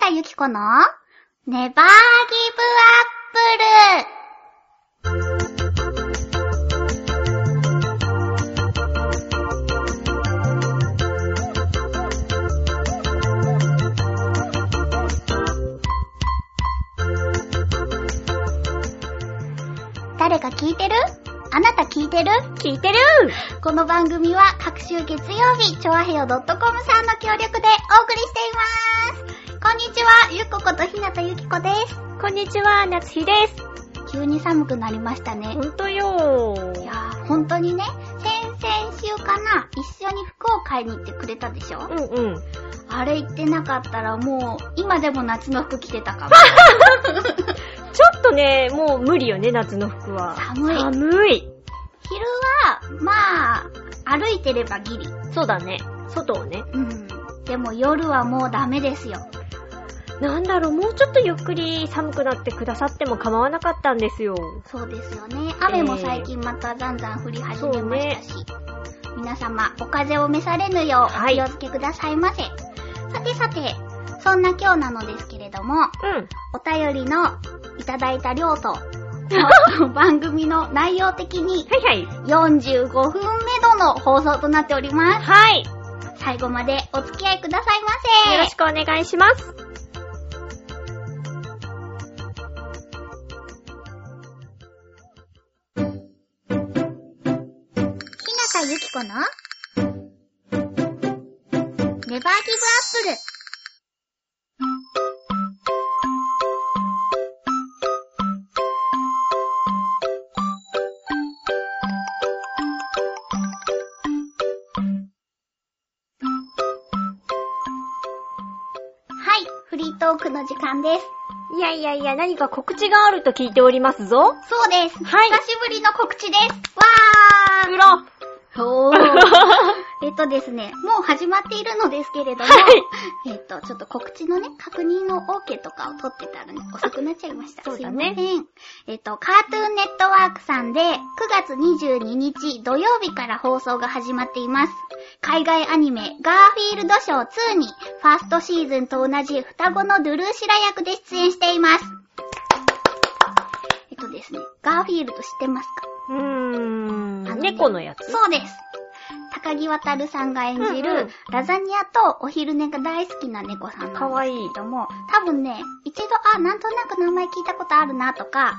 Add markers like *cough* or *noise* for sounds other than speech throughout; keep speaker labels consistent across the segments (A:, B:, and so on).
A: 畑ゆきこのネバーギブアップル誰か聞いてるあなた聞いてる聞いてるこの番組は各週月曜日、チョアヘヨ .com さんの協力でお送りしています。こんにちは、ゆっこことひなたゆきこです。
B: こんにちは、夏日です。
A: 急に寒くなりましたね
B: ほ。んとよ
A: い
B: ー。
A: やー、本当にね、先々週かな、一緒に服を買いに行ってくれたでしょ
B: うんうん。
A: あれ行ってなかったらもう、今でも夏の服着てたかも。
B: ちょっとね、もう無理よね、夏の服は。
A: 寒い
B: 寒い。
A: 昼は、まあ、歩いてればギリ。
B: そうだね。外をね。
A: うん。でも夜はもうダメですよ。
B: なんだろう、もうちょっとゆっくり寒くなってくださっても構わなかったんですよ。
A: そうですよね。雨も最近またざんざん降り始めましたし。皆様、お風邪を召されぬようお
B: はい
A: 気をつけくださいませ。さてさて、そんな今日なのですけれども、
B: うん。
A: お便りのいただいた量と、 *laughs* 番組の内容的に
B: はいはい。
A: 45分目どの放送となっております。
B: はい。
A: 最後までお付き合いください
B: よ
A: ま
B: ろ
A: せ
B: し。くお願いします。
A: ひなたゆきこのネバーギブアップル。はい、フリートークの時間です。
B: いやいやいや、何か告知があると聞いておりますぞ。
A: そうです。
B: はい
A: 久しぶりの告知です。わ
B: うろ。は
A: ーおー。えっとですね、もう始まっているのですけれども、
B: い。
A: えっと、ちょっと告知のね、確認の OK とかを取ってたらね、遅くなっちゃいました。
B: そうだね
A: すいません。えっと、カートゥーンネットワークさんで、9月22日土曜日から放送が始まっています。海外アニメ、ガーフィールドショー2に、ファーストシーズンと同じ双子のドゥルーシラ役で出演しています。えっとですね、ガーフィールド知ってますか
B: うー
A: あ
B: *laughs*
A: の
B: ん。
A: ね
B: 猫のやつ。
A: そうです。高木渉さんが演じる、
B: うんうん
A: ラザニアとお昼寝が大好きな猫さんなんですけ
B: かわいい。
A: ども、多分ね、一度、あ、なんとなく名前聞いたことあるなとか、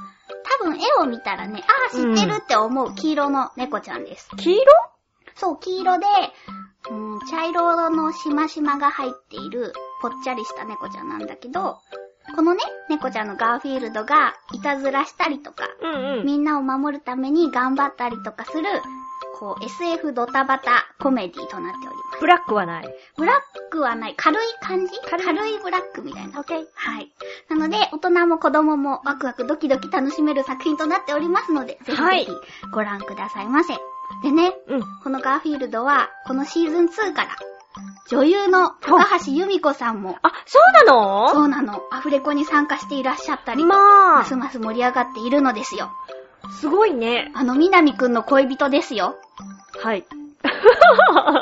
A: 多分絵を見たらね、あ、知ってるって思う黄色の猫ちゃんです。
B: 黄色
A: そう、黄色で、うん、茶色のしましまが入っている、ぽっちゃりした猫ちゃんなんだけど、このね、猫ちゃんのガーフィールドが、いたずらしたりとか、
B: うんうん。
A: みんなを守るために頑張ったりとかする、こう、SF ドタバタコメディとなっております。
B: ブラックはない。
A: ブラックはない、軽い感じ軽
B: 軽
A: い
B: い
A: ブラックみたいな。
B: ケー。
A: はい。なので、大人も子供もワクワクドキドキ楽しめる作品となっておりますので、ぜひぜ
B: はい
A: ひご覧くださいませ。でね、
B: うん。
A: このガーフィールドは、このシーズン2から、女優の高橋由美子さんも、
B: あ、そうなの
A: そうなの、アフレコに参加していらっしゃったりと、
B: ま
A: ますます盛り上がっているのですよ。
B: あ、すごいね。
A: あの、みなみくんの恋人ですよ。
B: はい。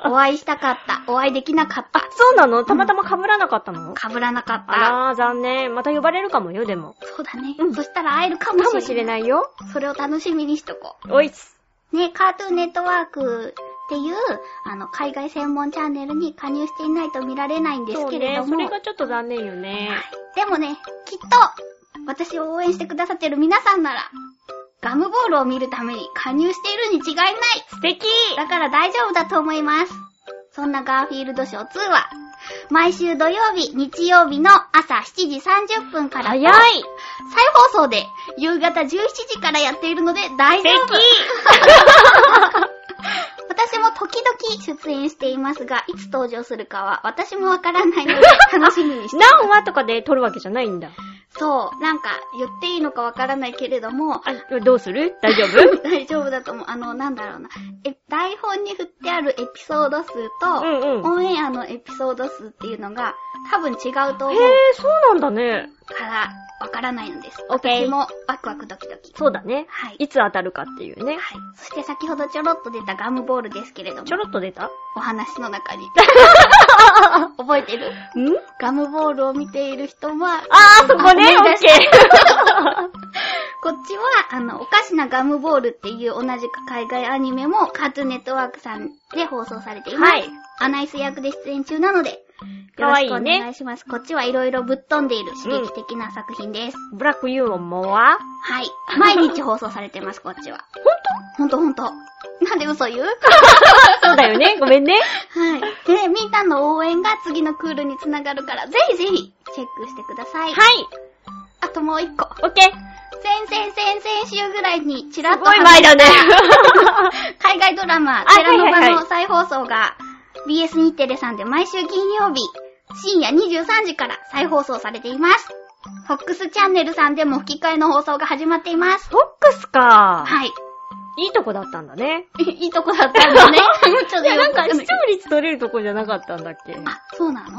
A: お会いしたかった。お会いできなかった。
B: そうなのたまたま被らなかったの、
A: かぶらなかった。
B: あらー、残念。また呼ばれるかもよ、でも。
A: そうだね。
B: うん
A: そしたら会えるかもしれない。
B: かもしれないよ。
A: それを楽しみにしとこ
B: おいっす。
A: う。ね、カートゥーンネットワークっていう、あの、海外専門チャンネルに加入していないと見られないんです
B: そう
A: けれ
B: ね
A: ど。
B: そ
A: も。
B: れがちょっと残念よね。
A: でもね、きっと、私を応援してくださってる皆さんなら、ガムボールを見るために加入しているに違いない
B: 素敵
A: だから大丈夫だと思います。そんなガーフィールドショー2は、毎週土曜日、日曜日の朝7時30分から、
B: 早い
A: 再放送で、夕方17時からやっているので大
B: 素
A: 丈夫。
B: 敵
A: 私も時々出演していますが、いつ登場するかは私もわからないの
B: *laughs*
A: で、楽しみにしてます。
B: 何話とかで撮るわけじゃないんだ。
A: そう、なんか言っていいのかわからないけれども、 *laughs*
B: あ、どうする大丈夫
A: 大丈夫だと思う。あの、なんだろうな。え、台本に振ってあるエピソード数と、
B: うんうん
A: オンエアのエピソード数っていうのが多分違うと
B: へ
A: 思
B: え
A: う、
B: そうなんだね。
A: から、わからないのです。
B: オッケー
A: 私もワクワクドキドキ。
B: そうだね。
A: はい
B: いつ当たるかっていうね。
A: はい。そして先ほどちょろっと出たガムボールですけれども
B: ち、ょろっと出たん
A: お話の
B: *laughs*
A: 中に。覚えてるガムボールを見ている人は、
B: あー、そこね、
A: 思い
B: オ
A: 出
B: ッ
A: し
B: ケ
A: た
B: ー。
A: こっちは、あの、おかしなガムボールっていう同じく海外アニメもカートゥーンネットワークさんで放送されています。
B: はい
A: アナイス役で出演中なので、よ
B: か
A: ろ
B: わい
A: し
B: い
A: く
B: ね
A: お願いします。こっちはいろいろぶっ飛んでいる刺激的な作品です。
B: ブラックユーモアは
A: はい。毎日放送されてます、こっちは。ほんとほんとほんと。なんで嘘言う
B: そうだよね、ごめんね。
A: はい。で、みんなの応援が次のクールにつながるから、ぜひぜひ、チェックしてください。
B: はい、
A: あともう一個。
B: オッケー。
A: 先々先々週ぐらいにちらっ
B: す
A: と
B: ごい前だ *laughs* ね。
A: 海外ドラマ、
B: あ
A: テラノ
B: はいはい
A: バ
B: は
A: の
B: い
A: 再放送が、BS 日テレさんで毎週金曜日、深夜23時から再放送されています。FOX チャンネルさんでも吹き替えの放送が始まっています。
B: フォックスか。
A: はい。
B: *laughs* いいとこだったんだね。
A: い *laughs* いとこだったん
B: *laughs*
A: だね。ちょっ
B: い
A: と
B: や、
A: よ
B: な
A: く
B: んか
A: わかん
B: 視
A: ない
B: 聴率取れるとこじゃなかったんだっけ
A: あ、そうなの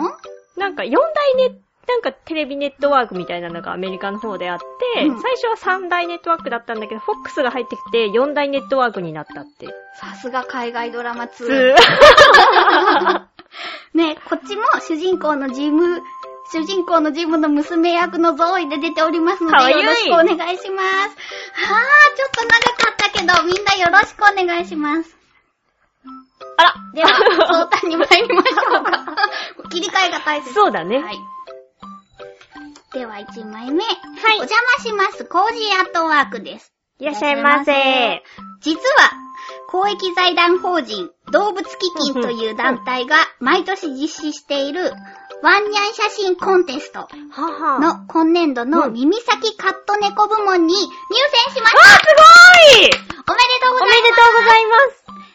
B: なんか4大ネなんかテレビネットワークみたいなのがアメリカの方であって、
A: うん
B: 最初は3大ネットワークだったんだけど、フォックスが入ってきて4大ネットワークになったって。
A: さすが海外ドラマ2
B: 普通。。
A: ね、こっちも主人公のジム、主人公のジムの娘役のゾーイで出ておりますの
B: かわ
A: で、
B: い
A: よ
B: い
A: ろしくお願いします。はぁ、ちょっと長かったけど、みんなよろしくお願いします。
B: あら
A: では、相
B: *laughs*
A: 談に参りましょうか。切り替えが大切。
B: そうだね。
A: はい。では、1枚目。はいお邪魔します。コージーアットワークです。
B: いらっしゃいませ。
A: 実は、公益財団法人動物基金という団体が毎年実施しているワンニャン写真コンテスト
B: ははあ、
A: の今年度の
B: うん
A: 耳先カット猫部門に入選しまし
B: わあ、すごい
A: たおめでとうご
B: お
A: ざ
B: めで
A: い
B: と
A: ます
B: うございま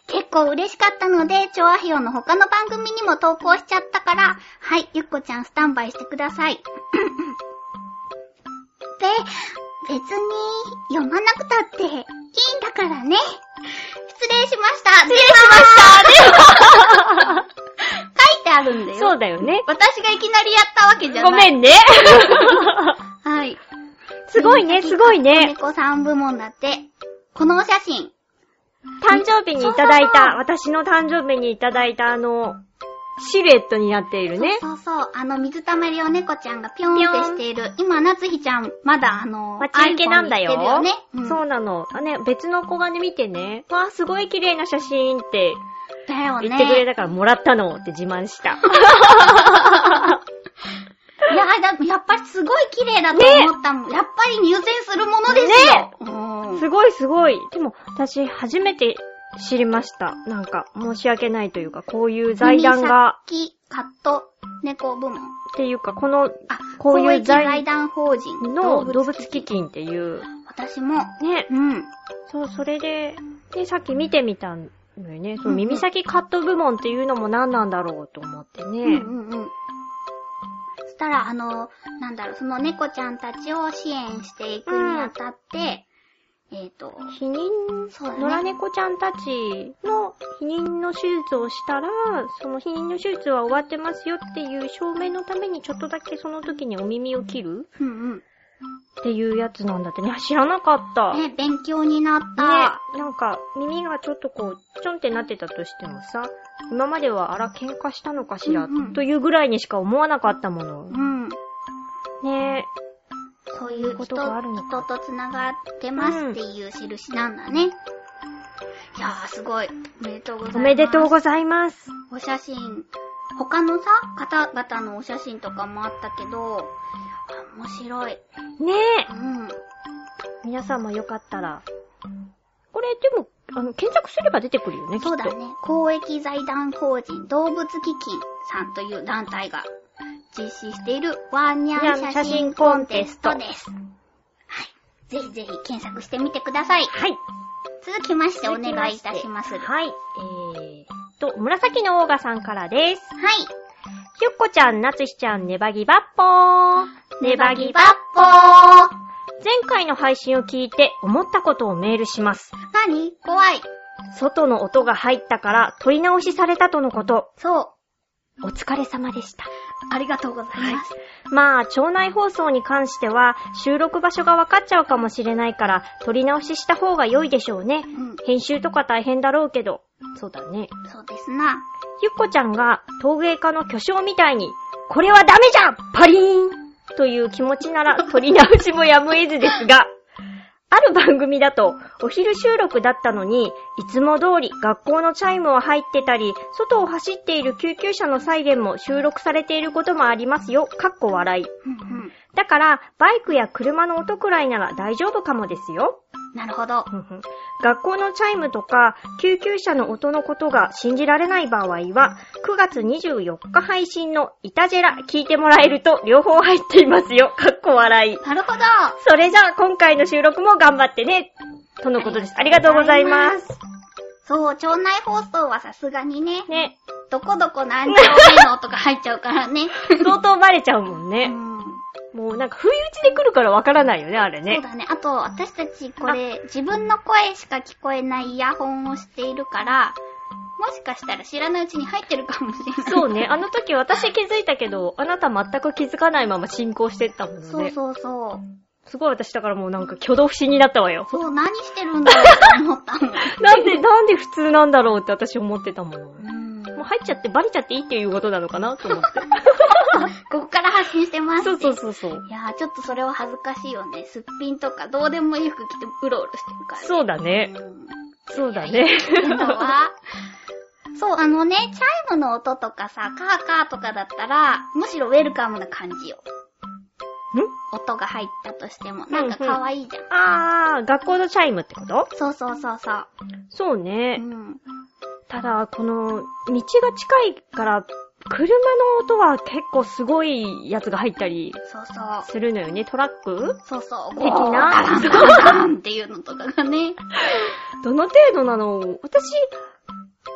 A: 結構嬉しかったので、チョアヒオの他の番組にも投稿しちゃったから、はい、ゆっこちゃんスタンバイしてくださ
B: *laughs*
A: い。で、別に読まなくたっていいんだからね。失礼しました。失礼しました。書いてあるんだよ。
B: す。そうだよね。
A: 私がいきなりやったわけじゃない。
B: ごめ *laughs* んね。
A: はい。
B: すごいね、すごいね。
A: 猫さん部門だって。このお写真。
B: 誕生日にいただいた、私の誕生日にいただいたあの、シルエットになっているね。
A: そうそう、あの、水たまりを猫ちゃんがぴょんってしている。今、夏日ちゃん、まだあの、
B: 待ち受けなんだ
A: iPhone
B: よ。
A: に行ってるよね。うん、
B: そうなの。あ、ね、別の子がね、見てね。わあ、すごい綺麗な写真って
A: だよね。
B: 言ってくれたから、もらったのって自慢した。
A: いや、だやっぱりすごい綺麗だと思ったもん。やっぱり入選するものですよ。うん
B: すごいすごい。でも、私、初めて知りました。なんか、申し訳ないというか、こういう財団が、
A: 耳先カット、猫部門。
B: っていうか、この、
A: あ、
B: こういう
A: 公益
B: 財
A: 財団法人
B: の動物基。金っていう、
A: 私も、
B: ね、
A: うん。
B: そう、それで、で、さっき見てみたのよね。そ
A: うんう
B: の
A: ん
B: 耳先カット部門っていうのも何なんだろうと思ってね。
A: うんうんうん。そしたら、あの、なんだろう、その猫ちゃんたちを支援していくにあたって、えっ、と、
B: 避妊、
A: そうだね
B: 野良猫ちゃんたちの避妊の手術をしたら、その避妊の手術は終わってますよっていう証明のためにちょっとだけその時にお耳を切る
A: うんうん。
B: っていうやつなんだってね。あ知らなかった。ね、
A: ね、勉強になった。
B: なんか耳がちょっとこう、ちょんってなってたとしてもさ、今まではあら喧嘩したのかしら、
A: うんうん
B: というぐらいにしか思わなかったもの。
A: うん。
B: ね
A: そういう
B: こ
A: 人、
B: とがあるのか
A: 人と繋がってますっていう印なんだね。いやー、すごい。おめでとうございます。
B: おめでとうございます。
A: お写真、他のさ、方々のお写真とかもあったけど、あ面白い。
B: ね
A: う。
B: え
A: ん。
B: 皆さんもよかったら。これ、でも、あの、検索すれば出てくるよね、きっと。
A: そうだね。公益財団法人動物基金さんという団体が実施しているワンニャン写真コンテストです。はい。ぜひぜひ検索してみてください。
B: はい。
A: 続きましてお願いいたします。はい。
B: はい。えーっと、紫のオーガさんからです。ゆっこちゃん、なつひちゃん、ネバギバッポー。
A: ネバギバッポー。
B: 前回の配信を聞いて、思ったことをメールします。
A: なに怖い。
B: 外の音が入ったから、取り直しされたとのこと。
A: そう。
B: お疲れ様でした。
A: ありがとうございます。
B: まあ、町内放送に関しては、収録場所が分かっちゃうかもしれないから、撮り直しした方が良いでしょうね。
A: うん、
B: 編集とか大変だろうけど。そうだね。
A: そうですな。
B: ゆっこちゃんが陶芸家の巨匠みたいに、これはダメじゃんパリーンという気持ちなら取り直しもやむを得ずですが、 *laughs* ある番組だと、お昼収録だったのに、いつも通り学校のチャイムは入ってたり、外を走っている救急車のサイレンも収録されていることもありますよ。かっこ笑い。
A: うんうん。
B: だから、バイクや車の音くらいなら大丈夫かもですよ。
A: なるほど。
B: ふんふん学校のチャイムとか救急車の音のことが信じられない場合は、9月24日配信のイタジェラ聞いてもらえると両方入っていますよ。かっこ笑い。
A: なるほど。
B: それじゃあ今回の収録も頑張ってね。とのことです。ありがとうございます。
A: そう、町内放送はさすがにね、
B: ね。
A: どこどこ何丁目のとか入っちゃうからね。
B: 相当バレちゃうもん
A: う
B: ね。
A: ん
B: もうなんか不意打ちで来るからわからないよね、あれ
A: そう
B: ね。
A: だね。あと、私たちこれ、自分の声しか聞こえないイヤホンをしているから、もしかしたら知らないうちに入ってるかもしれない。
B: そうね。あの時私気づいたけど、あなた全く気づかないまま進行してったもんね。
A: そうそうそう。
B: すごい私だからもうなんか挙動不審になったわよ。
A: そう、何してるんだろうと思ったもん。
B: なんで、なんで普通なんだろうって私思ってたもの。も
A: うん
B: *laughs* う入っちゃってバレちゃっていいっていうことなのかなと思 *laughs* って。
A: ここから発信してますって
B: そうそうそうそう。
A: いやー、ちょっとそれは恥ずかしいよね。すっぴんとか、どうでもいい服着てうろうろしてるから。
B: そうだね。
A: うん
B: そうだね。
A: あとは、そう、あのね、チャイムの音とかさ、カーカーとかだったら、むしろウェルカムな感じよ。音が入ったとしても。なんか可愛いじゃん。
B: あー、学校のチャイムってこと
A: そうそうそうそう。
B: そう
A: う
B: ね。
A: ん。
B: ただ、この、道が近いから、車の音は結構すごいやつが入ったり
A: そうそう。
B: するのよね。トラック
A: そうそう。
B: 的な
A: ガランガランガランっていうのとかがね。
B: どの程度なの私、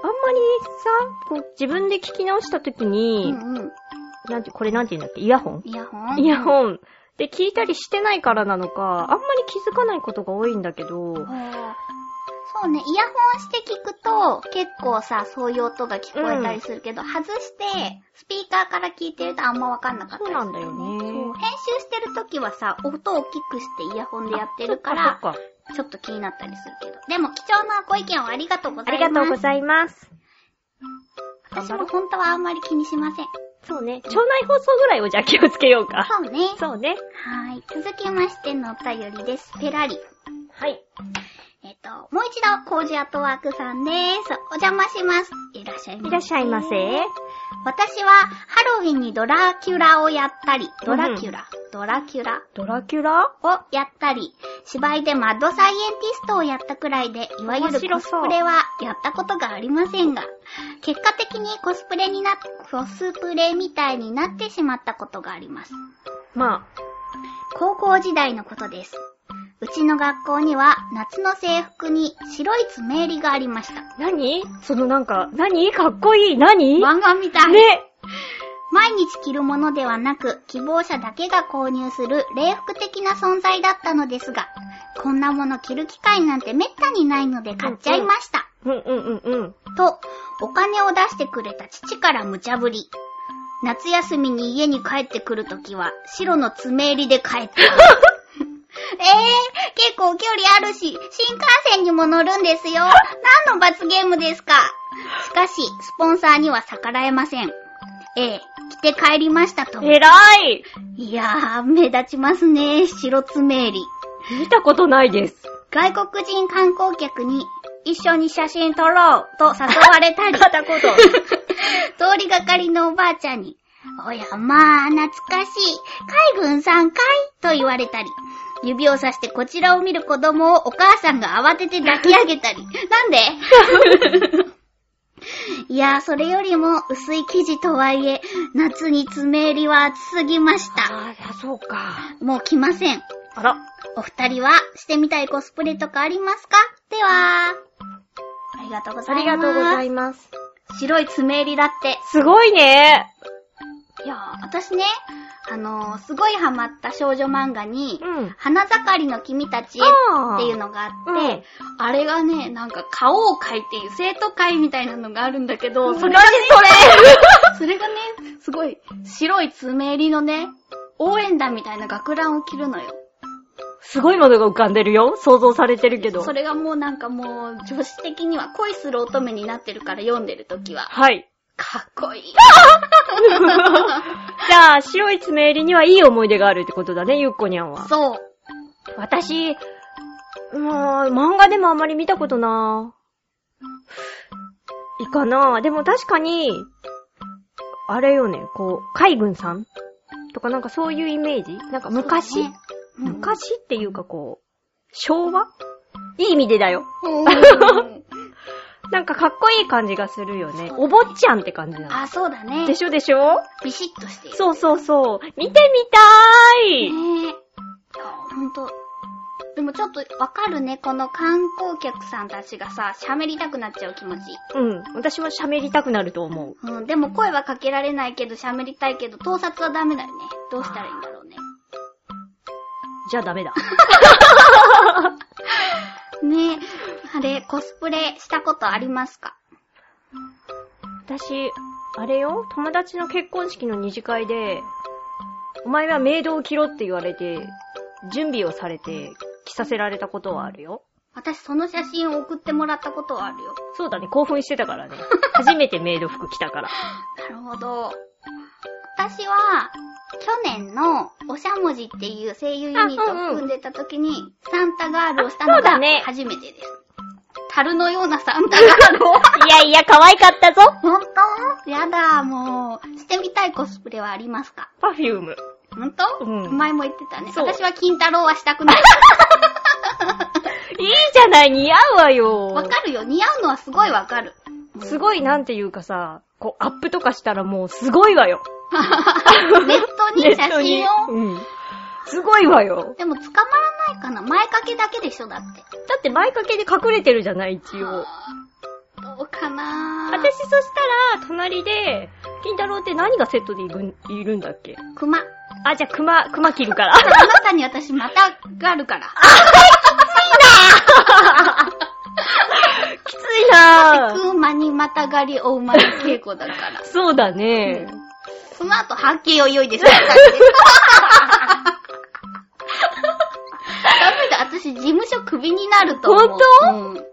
B: あんまりさ、こう自分で聞き直した時
A: う
B: に、
A: んうん。
B: なんて、これなんて言うんだっけイヤホン
A: イヤホン
B: イヤ
A: ン。
B: ホンで聞いたりしてないからなのか、あんまり気づかないことが多いんだけど、
A: そうね、イヤホンして聞くと、結構さ、そういう音が聞こえたりするけど、外して、スピーカーから聞いてるとあんまわかんなかったり
B: そう
A: する
B: なんだよね。
A: そう編集してる時はさ、音を大きくしてイヤホンでやってるか
B: あそっ
A: ら、
B: か
A: ちょっと気になったりするけど。でも貴重なご意見をありがとうご
B: あ
A: ざいます。
B: りがとうございます。
A: 私も本当はあんまり気にしません。
B: そうね。町内放送ぐらいをじゃあ気をつけようか。
A: そうね。
B: そうね。
A: はい。続きましてのお便りです。ペラリ。
B: はい。
A: えっと、もう一度、工事アートワークさんです。お邪魔します。いらっしゃいませ。
B: いらっしゃいませ。
A: 私は、ハロウィンにドラキュラをやったり、ドラキュラ、ドラキュラ
B: ドラキュラ
A: をやったり、芝居でマッドサイエンティストをやったくらいで、いわゆ
B: 面
A: る
B: 白
A: コス
B: そう
A: プレはやったことがありませんが、結果的にコスプレにな、コスプレみたいになってしまったことがあります。
B: ま
A: 高校時代のことです。うちの学校には夏の制服に白い爪襟がありました。
B: あ、何そのなんか、何かっこいい何ね
A: 漫画みたい。毎日着るものではなく、希望者だけが購入する礼服的な存在だったのですが、こんなもの着る機会なんて滅多にないので買っちゃいました。
B: うんうんうんうん。
A: と、お金を出してくれた父から無茶ぶり。夏休みに家に帰ってくるときは、白の爪襟で帰ってくる。ええー、結構距離あるし、新幹線にも乗るんですよ。何の罰ゲームですか。しかし、スポンサーには逆らえません。ええ着て帰りましたと。
B: 偉い
A: いやー、目立ちますね、白爪襟。
B: 見たことないです。
A: 外国人観光客に、一緒に写真撮ろうと誘われたり。
B: 片言。
A: 通りがかりのおばあちゃんに、おやまあ、懐かしい。海軍さんかいと言われたり、指をさしてこちらを見る子供をお母さんが慌てて抱き上げた *laughs* り。なんで *laughs* いやー、それよりも薄い生地とはいえ、夏に爪襟は暑すぎました。
B: *laughs* ああ、そうか。
A: もう来ません。
B: あら。
A: お二人はしてみたいコスプレとかありますかでは、ありがとうござ
B: あ
A: いま
B: り
A: す。
B: がとうございます。
A: 白い爪襟だって。
B: すごいね。
A: いやー、私ね、あのー、すごいハマった少女漫画に、
B: うん。
A: 花盛りの君たちへ
B: あー
A: っていうのがあって、
B: うん
A: あれがね、なんか、花王会っていう生徒会みたいなのがあるんだけど、それ
B: *laughs* 何そ
A: それがね、すごい、白い爪襟のね、応援団みたいな学ランを着るのよ。
B: すごいものが浮かんでるよ。想像されてるけど。
A: それがもうなんかもう、女子的には恋する乙女になってるから読んでるときは。
B: はい。
A: かっこいい。
B: じゃあ、白い爪襟にはいい思い出があるってことだね、ゆっこにゃんは。
A: そう。
B: 私、もう、漫画でもあんまり見たことない。いいかなでも確かに、あれよね、こう、海軍さんとかなんかそういうイメージなんか昔、
A: そうねうんうん
B: *laughs* 昔っていうかこう、昭和いい意味でだよ。
A: うん
B: なんかかっこいい感じがするよね。お坊ちゃんって感じな
A: あ、そうだ
B: の。
A: ね
B: で。しょでしょ
A: ビシッとしている。
B: そうそうそう。見てみたーい
A: ねえ。いや、ほんと。でもちょっとわかるね、この観光客さんたちがさ、喋りたくなっちゃう気持ち。
B: うん。私も喋りたくなると思う。
A: うん、でも声はかけられないけど喋りたいけど、盗撮はダメだよね。どうしたらいいんだろうね。
B: じゃあダメだ。
A: ねえ、あれ、コスプレしたことありますか
B: 私、あれよ、友達の結婚式の二次会で、お前はメイドを着ろって言われて、準備をされて、着させられたことはあるよ。
A: 私その写真を送ってもらったことはあるよ。
B: そうだね、興奮してたからね。初めてメイド服着たから。
A: なるほど。私は、去年の、おしゃもじっていう声優ユニットを
B: あうんうん
A: 組んでた時に、サンタガールをした
B: あそ
A: の
B: うだ
A: が
B: ね
A: 初めてです。樽のようなサンタ
B: *laughs*
A: ガールを。
B: いやいや、可愛かったぞ
A: ほんとやだ、もう。してみたいコスプレはありますか
B: パフューム。
A: ほんと、
B: うん
A: 前も言ってたね。
B: そう
A: 私は金太郎はしたくない。
B: いいじゃない、似合うわよ。
A: わかるよ。似合うのはすごいわかる。
B: すごい、なんていうかさ、こう、アップとかしたらもう、すごいわよ。
A: ネットに写真を。
B: うん。すごいわよ。
A: でも捕まらないかな。前掛けだけでしょ、だって。
B: だって前掛けで隠れてるじゃない、一応。
A: どうかな
B: 私そしたら、隣で、金太郎って何がセットでいるんいるんだっけ
A: 熊。あ
B: あ、じゃあ熊、熊切るから。
A: なたに私またがあるから。
B: きついなぁ。
A: 熊にまたがりお馬の稽古だ
B: *laughs*
A: から。
B: そうだね。
A: その後、ハッキーを良いです *laughs* から。ダメだ、私事務所クビになると思う。
B: 本
A: うん、そ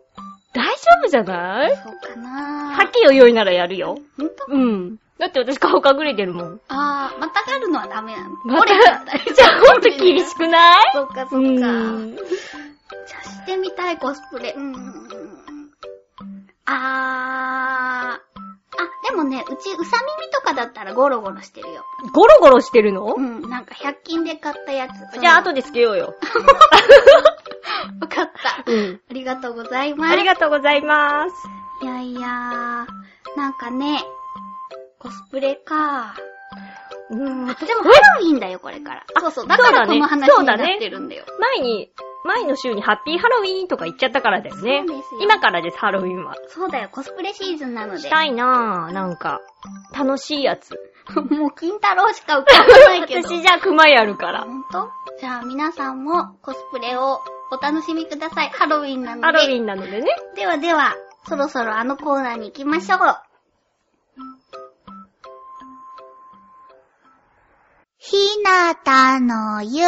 B: 大丈夫じゃないう
A: かな
B: さっきよよいならやるよ。
A: ほんと
B: うん。だって私顔隠れてるもん。
A: あー、またがるのはダメなの。
B: ま
A: 折
B: た
A: れちゃったり
B: じゃあほんと厳しくない
A: そっかそっか。
B: う
A: じ
B: ん。
A: ゃあしてみたいコスプレ。うん。あー。あ、でもね、うち、うさ耳とかだったらゴロゴロしてるよ。
B: ゴロゴロしてるの
A: うん、なんか100均で買ったやつ。
B: じゃあ後
A: で。
B: でつけようよ。
A: わかった。
B: うん。
A: ありがとうございます。
B: ありがとうございます。
A: いやいやー、なんかね、コスプレか
B: うん。
A: でもハロウィンだよ、これから。そうそう。だから
B: そうだね
A: この話
B: そ
A: に
B: う
A: な
B: だ
A: っ
B: ね
A: てるんだよ。
B: 前に、前の週にハッピーハロウィーンとか言っちゃったからだよね。
A: そうですよ
B: 今からです、ハロウィーンは。
A: そうだよ、コスプレシーズンなので
B: し。たいなぁ、なんか。楽しいやつ。
A: *laughs* もう金太郎しか浮かばないけど。
B: 私じゃあ熊やるから。
A: ほんとじゃあ皆さんもコスプレをお楽しみください。ハロウィンなので。
B: ハロウィーンなのでね。
A: ではでは、そろそろあのコーナーに行きましょう。ひなたの湯。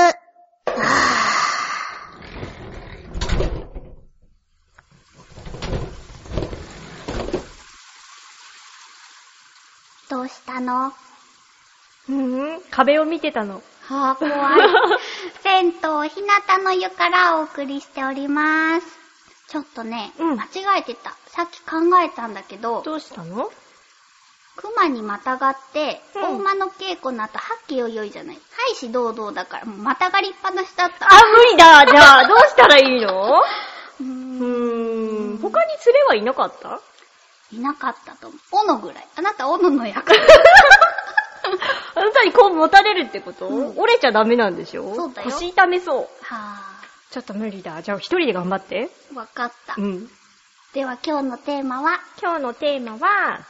A: どうしたの
B: うん、壁を見てたの。
A: はぁ、怖い。銭湯ひなたの湯からお送りしております。ちょっとね、
B: うん
A: 間違えてた。さっき考えたんだけど、
B: どうしたの
A: 熊にまたがって、
B: う
A: 大
B: ん
A: 間の稽古の後、はっきよいよいじゃない。はいし堂々だから、もうまたがりっぱなしだった。
B: あ、無理だじゃあ、 *laughs* どうしたらいいの
A: うー
B: うんーん、他に連れはいなかった
A: いなかったと思う。斧ぐらい。あなた、斧の役。
B: *laughs* あなたにこう持たれるってこと、
A: うん
B: 折れちゃダメなんでしょ
A: そうだよ
B: 腰痛めそう。
A: は
B: ちょっと無理だ。じゃあ一人で頑張って。
A: ぁ、わかった。
B: ん。
A: では、今日のテーマは、
B: 今日のテーマは、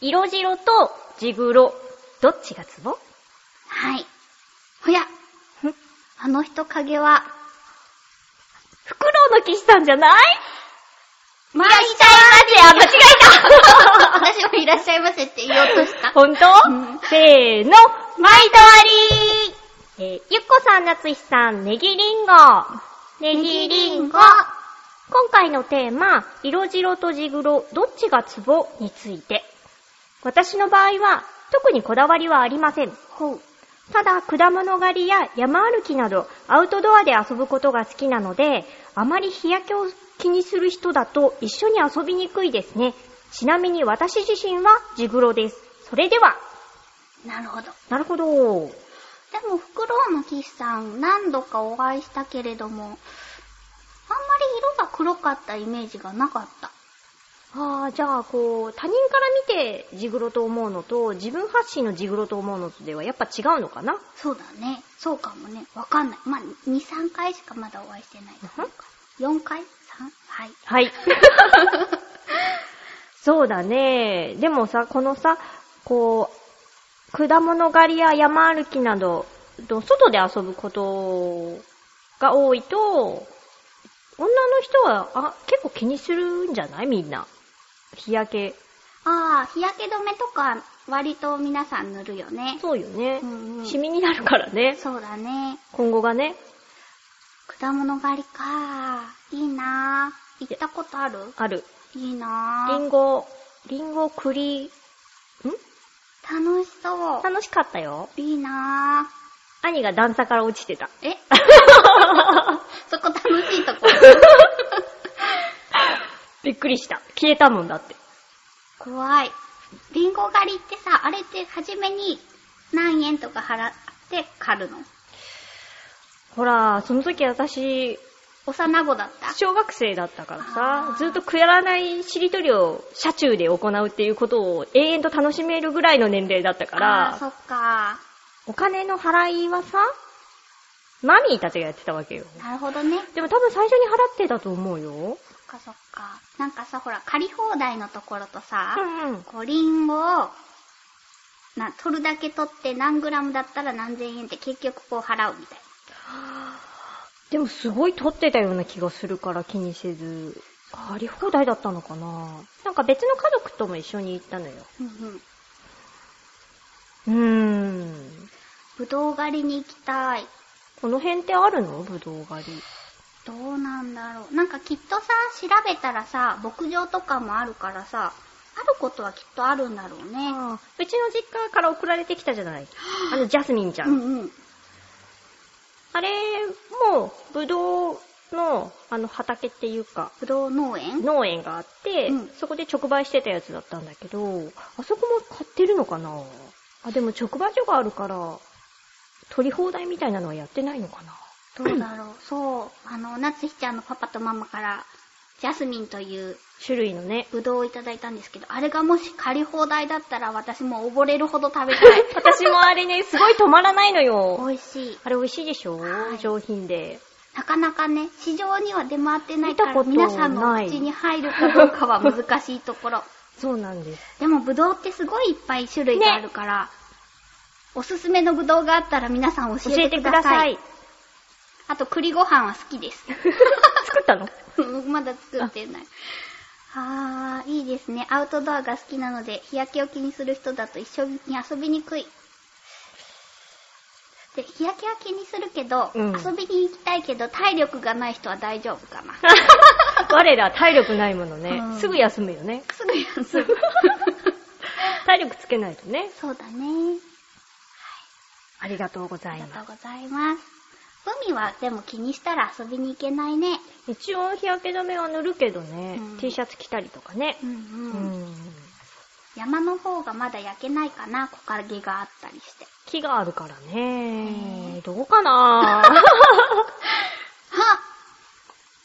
B: 色白と地黒。どっちがツボ
A: はい。ほや、
B: ふ
A: あの人影は、
B: フクロウの騎士さんじゃない
A: まあ、い
B: あ、間違えた
A: *laughs* 私もいらっしゃいませって言おうとした。
B: *laughs* 本当
A: うん
B: せーの、毎度ありえー、ゆっこさん、なつひさん、ネギリンゴ。ネギリンゴ。今回のテーマ、色白と地黒、どっちがツボについて。私の場合は、特にこだわりはありません。ただ、果物狩りや山歩きなど、アウトドアで遊ぶことが好きなので、あまり日焼けを気にする人だと一緒に遊びにくいですね。ちなみに私自身は地黒です。それでは、
A: なるほど。
B: なるほど。
A: でも、フクロウの騎士さん、何度かお会いしたけれども、あんまり色が黒かったイメージがなかった。
B: ああ、じゃあ、こう、他人から見て地黒と思うのと、自分発信の地黒と思うのとではやっぱ違うのかな
A: そうだね。そうかもね。わかんない。まあ、2、3回しかまだお会いしてないから。4回 ?3? はい。
B: はい。そうだね。でもさ、このさ、こう、果物狩りや山歩きなど、と外で遊ぶことが多いと、女の人は、あ、結構気にするんじゃないみんな。日焼け。
A: あー、日焼け止めとか、割と皆さん塗るよね。
B: そうよね。
A: ん
B: シミになるからね。
A: そうだね。
B: 今後がね。
A: 果物狩りかー。いいなー。行ったことある
B: ある。
A: いいな
B: リ
A: ー。
B: ンゴ、リンゴ、栗、ん
A: 楽しそう。
B: 楽しかったよ。
A: いいな
B: 兄が段差から落ちてた。
A: ー。
B: *laughs*
A: えそこ楽しいとこ。
B: *laughs* びっくりした。消えたもんだって。
A: 怖い。リンゴ狩りってさ、あれって初めに何円とか払って狩るの
B: ほら、その時私、
A: 幼子だった
B: 小学生だったから
A: あ
B: さ
A: ー、
B: ずっとくやらないしりとりを車中で行うっていうことを永遠と楽しめるぐらいの年齢だったか
A: あー
B: ら
A: そ、っか
B: お金の払いはさ、マミーたちがやってたわけよ。
A: なるほどね。
B: でも多分最初に払ってたと思うよ。
A: そっかそっか。なんかさ、ほら、狩り放題のところとさ、
B: うんうん。
A: こう、リンゴを、な、取るだけ取って何グラムだったら何千円って結局こう払うみたいな。
B: でもすごい撮ってたような気がするから気にせず、あり放題だったのかななんか別の家族とも一緒に行ったのよ。
A: うんうん。
B: うーん。
A: ぶどう狩りに行きたい。
B: この辺ってあるのぶどう狩り。
A: どうなんだろう。なんかきっとさ、調べたらさ、牧場とかもあるからさ、あることはきっとあるんだろうね。
B: あーうちの実家から送られてきたじゃない。あの、ジャスミンちゃ。
A: うんんうん。
B: あれ、もう、ぶどうの、あの、畑っていうか、
A: ぶどう農園
B: 農園があって、
A: うん
B: そこで直売してたやつだったんだけど、あそこも買ってるのかなあ、でも直売所があるから、取り放題みたいなのはやってないのかな
A: どうだろう。そう。あの、夏日ちゃんのパパとママから、ジャスミンという
B: *clears throat* 種類のね。。
A: ぶどうをいただいたんですけど、あれがもし借り放題だったら私もう溺れるほど食 *laughs* べたい
B: 私もあれね、すごい止まらないのよ。
A: 美味しい。
B: あれ美味しいでしょ、
A: はい
B: 上品で。
A: なかなかね、市場には出回ってないか
B: 見たこ
A: ら、
B: と
A: 皆さんのお
B: ない
A: 口に入るかどうかは難しいとこ
B: *laughs*
A: ろ。
B: そうなんです。
A: でも、ぶどうってすごいいっぱい種類があるから、おすすめのぶどうがあったら皆さん教
B: 教
A: え
B: え
A: て
B: て
A: く
B: く
A: だ
B: だ
A: さ
B: さ
A: い。
B: い。
A: あと、栗ご飯は好きです。 *laughs*
B: 作 *laughs* ったの
A: うんまだ作ってない。あー、いいですね。アウトドアが好きなので、日焼けを気にする人だと一緒に遊びにくい。で、日焼けは気にするけど、
B: うん
A: 遊びに行きたいけど、体力がない人は大丈夫かな。
B: 我ら体力ないものね、
A: うん
B: すぐ休むよね。
A: すぐ休む。
B: 体力つけないとね。
A: そうだね。
B: ありがとうござ
A: あり
B: い
A: が
B: ま
A: とうございます。海はでも気にしたら遊びに行けないね。
B: す。一応日焼け止めは塗るけどね、
A: うん
B: T シャツ着たりとかね。
A: うん
B: う
A: うん。
B: ん。
A: 山の方がまだ焼けないかな、木陰があったり *laughs* して。
B: 木があるから
A: う
B: ね。どうか *laughs* な
A: はあ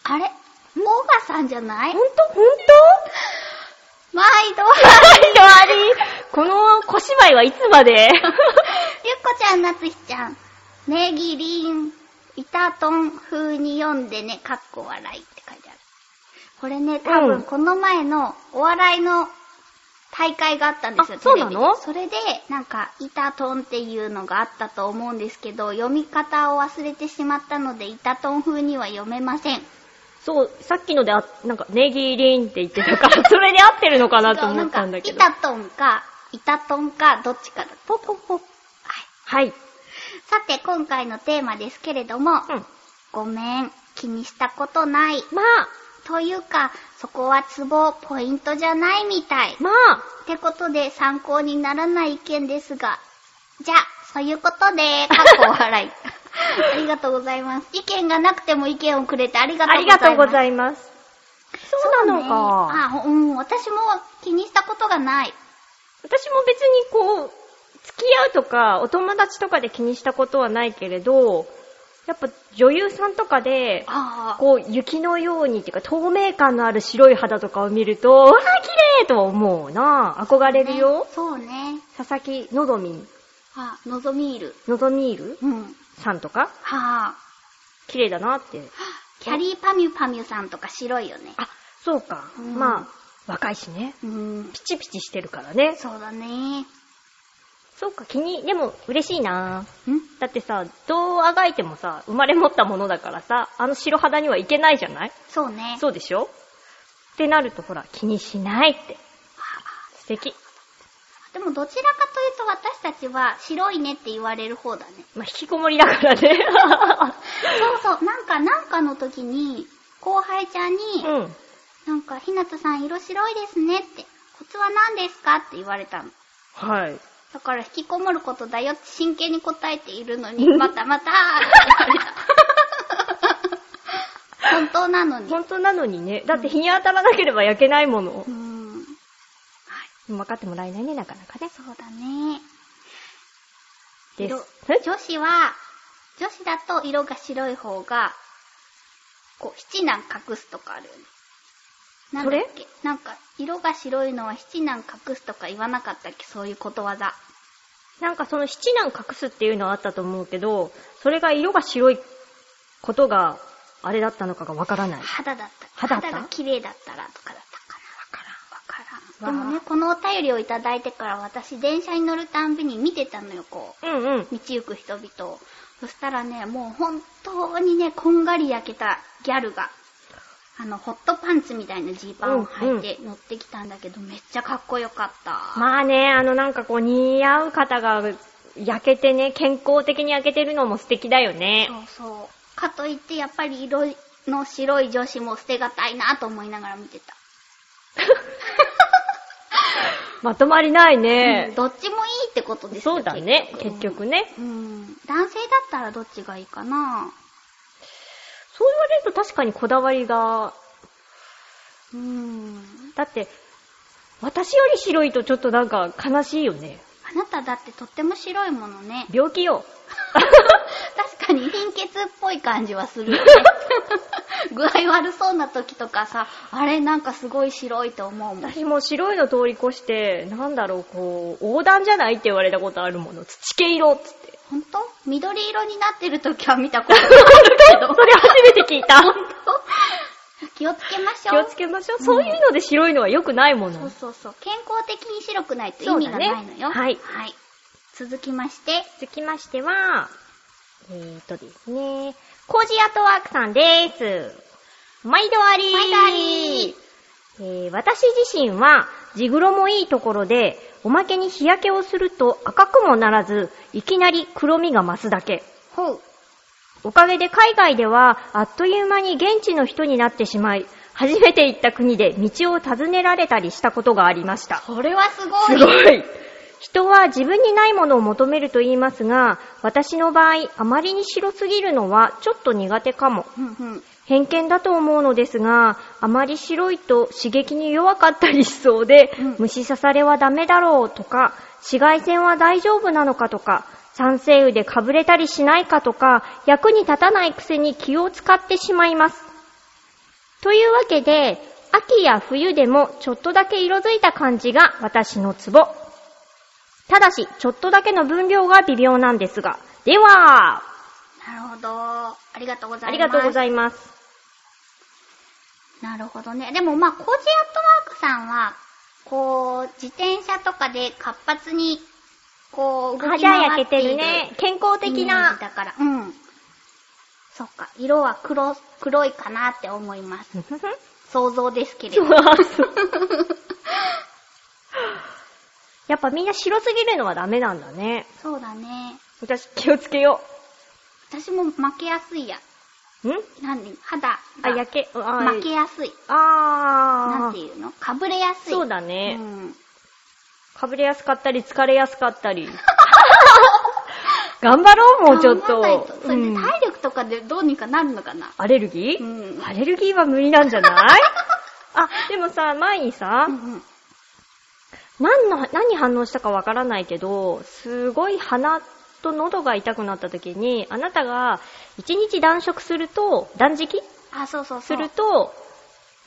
A: あれモーガさんじゃない
B: ほんとほんと
A: *laughs* 毎度。
B: 終わりこの小芝居はいつま *laughs* で
A: ゆっこちゃん、なつひちゃん。ネギリン、イタトン風に読んでね、かっこ笑いって書いてある。これね、多
B: うん
A: 分この前のお笑いの大会があったんですよ、
B: あそうなの
A: テレビでそれで、なんか、イタトンっていうのがあったと思うんですけど、読み方を忘れてしまったので、イタトン風には読めません。
B: そう、さっきのであ、なんか、ネギリンって言ってたから、それで合ってるのかなと思ったんだけど。
A: なんかイタトンか、イタトンか、どっちかだ。ポポポ。はい。
B: はい。
A: さて、今回のテーマですけれども、
B: うん。
A: ごめん、気にしたことない。
B: まあ、
A: というか、そこはツボ、ポイントじゃないみたい。っ
B: まあ、
A: てことで、参考にならない意見ですが、じゃあ、そういうことで、かっこ
B: *laughs*
A: 笑い。ありがとうございます。意見がなくても意見をくれてありがと
B: あ
A: うござい
B: り
A: ます。
B: がとうございます。そうなのか。
A: そうねあ、うん、私も気にしたことがない。
B: 私も別にこう、付き合うとか、お友達とかで気にしたことはないけれど、やっぱ女優さんとかで、
A: あ
B: こう、雪のようにっていうか、透明感のある白い肌とかを見ると、うわあ、綺麗とは思うな憧れるよ。
A: そうね。
B: 佐々木のぞみ、
A: あ、のぞみーる。
B: のぞみーる
A: うん。は
B: さんとか、
A: あ。
B: 綺麗だなって。
A: キャリーパミュパミュさんとか白いよね。
B: あ、そうか。
A: うん
B: まあ、若いしね。
A: うん。
B: ピチピチしてるからね。
A: そうだね。ん
B: そうか、気に、でも嬉しいなだってさ、どうあがいてもさ、生まれ持ったものだからさ、あの白肌にはいけないじゃない
A: そうね。
B: そうでしょってなるとほら、気にしないって。
A: あ
B: 素敵。
A: でもどちらかというと私たちは白いねって言われる方だね。
B: まあ、引きこもりだか
A: *laughs*
B: らね。
A: そうそう。なんか、なんかの時に、後輩ちゃんに、
B: うん。
A: なんか、ひなたさん色白いですねって、コツは何ですかって言われたの。
B: はい。
A: だから引きこもることだよって真剣に答えているの
B: *laughs*
A: に、またまたーって言われた。本当なのに。う
B: 本当なのにね。だって日に当たらなければ焼けないもの
A: ー。ん。はい。
B: 分かってもらえないね、なかなかね。
A: そうだね。
B: で
A: 色
B: す。え
A: 女子は、女子だと色が白い方が、こう、七難隠すとかあるよね。なんだっけなんか、色が白いのは七難隠すとか言わなかったっけそういうことわざ。
B: なんかその七難隠すっていうのはあったと思うけど、それが色が白いことが、あれだったのかがわからない。
A: 肌だった。
B: 肌だった
A: が綺麗だったらとかだったかな。わからん。わからん。で
B: わあ
A: もね、このお便りをいただいてから私、電車に乗るたんびに見てたのよ、こ
B: うんうん
A: う。。道行く人々を。そしたらね、もう本当にね、こんがり焼けたギャルが、あの、ホットパンツみたいなジーパンを履いて乗ってきたんだけど、めっちゃかっこよかった。
B: まあね、あのなんかこう似合う方が焼けてね、健康的に焼けてるのも素敵だよね。
A: そうそう。かといって、やっぱり色の白い女子も捨てがたいなと思いながら見てた。
B: まとまりない
A: うん
B: ね。
A: どっちもいいってことですよ
B: そうだね、結。局ね。
A: うん。男性だったらどっちがいいかな
B: そう言われると確かにこだわりが、
A: うん。
B: だって、私より白いとちょっとなんか悲しいよね。
A: あなただってとっても白いものね。
B: 病気よ。
A: 確かに貧血っぽい感じはする
B: *laughs*
A: よね。具合悪そうな時とかさ、あれなんかすごい白いと思うもん。
B: 私もう白いの通り越して、なんだろう、こう、横断じゃないって言われたことあるもの。土系色っつって。
A: ほんと緑色になってる時は見たことがあるけ
B: *laughs*
A: ど。
B: それ初めて聞いた。
A: 気をつけまし
B: 気
A: ょ
B: を
A: う。
B: つけましょう。そういうので白いのは良くないもの。
A: そうそうそう。健康的に白くないと意味がないの
B: そう
A: よ。
B: だねはい
A: はい。続きまして、
B: 続きましては、えーとですね、コージアートワークさんです。毎度あり
A: 毎度あり
B: えー私自身は、ジグロもいいところで、おまけに日焼けをすると赤くもならず、いきなり黒みが増すだけ。
A: ほう。
B: おかげで海外では、あっという間に現地の人になってしまい、初めて行った国で道を尋ねられたりしたことがありました。
A: これはすごい。
B: すごい人は自分にないものを求めると言いますが、私の場合、あまりに白すぎるのはちょっと苦手かも。
A: うんうん。
B: 偏見だと思うのですが、あまり白いと刺激に弱かったりしそうで、
A: うん
B: 虫刺されはダメだろうとか、紫外線は大丈夫なのかとか、酸性雨でかぶれたりしないかとか、役に立たないくせに気を使ってしまいます。というわけで、秋や冬でもちょっとだけ色づいた感じが私のツボ。ただし、ちょっとだけの分量が微妙なんですが。では、
A: なるほど。ありがとうございます。
B: ありがとうござ
A: い
B: います。
A: ます。なるほどね。でもまあ、コージアットワークさんは、こう、自転車とかで活発に、こう、動き
B: 肌
A: 回
B: 焼
A: っ
B: け
A: て
B: て
A: い
B: る
A: る
B: ね。健康的
A: イメージ
B: な。
A: だから、うん。そっか、色は黒、黒いかなって思います。想像ですけれど。
B: やっぱみんな白すぎるのはダメなんだね。
A: *laughs* そうだね。
B: 私気をつけよ
A: 私も負けやすいや。
B: う。ん
A: なんで、肌
B: あ、
A: が
B: 焼け、あー
A: 負けやすい。
B: あー。
A: なんていうのかぶれやすい。
B: そうだ
A: う
B: ね。
A: ん。
B: かぶれやすかったり、疲れやすかった
A: *laughs*
B: り。頑張ろう、もうちょっ
A: 頑張らない
B: と。
A: それ
B: う
A: で
B: ん
A: 体力とかでどうにかなるのかな。
B: アレルギー、
A: うん
B: アレルギーは無理なんじ
A: *laughs*
B: ゃないあ、でもさ、前にさ
A: う、んうん。
B: 何の、何に反応したかわからないけど、すごい鼻と喉が痛くなった時に、あなたが一日断食すると、断食
A: あ、そうそうそ
B: す
A: う。
B: ると、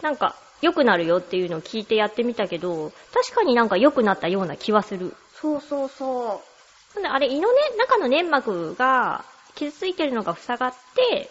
B: なんか良くなるよっていうのを聞いてやってみたけど、確かになんか良くなったような気はする。
A: そうそうそ
B: ほんであれ、胃のね、中の粘膜が、傷ついてるのが塞がって、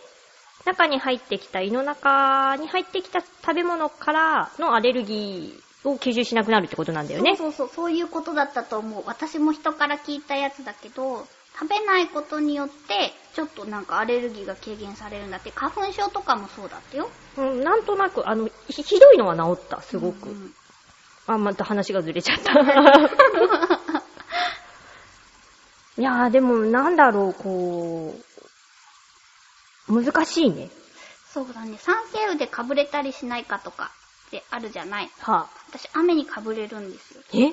B: 中に入ってきた、胃の中に入ってきた食べ物からのアレルギーを吸収しなくなるってことなんだ
A: う。
B: よね。
A: そうそうそう。そういうことだったと思う。私も人から聞いたやつだけど、食べないことによって、ちょっとなんかアレルギーが軽減されるんだって、花粉症とかもそうだってよ。
B: うん、なんとなく、あの、ひひどいのは治った、すごく。
A: うん *laughs*
B: あ、また話がずれちゃ *laughs* った。いやー、でも、なんだろう、こう、難しいね。
A: そうだね。酸性雨でかぶれたりしないかとかってあるじゃない。
B: は
A: 私、雨にかぶれるんですよ。
B: え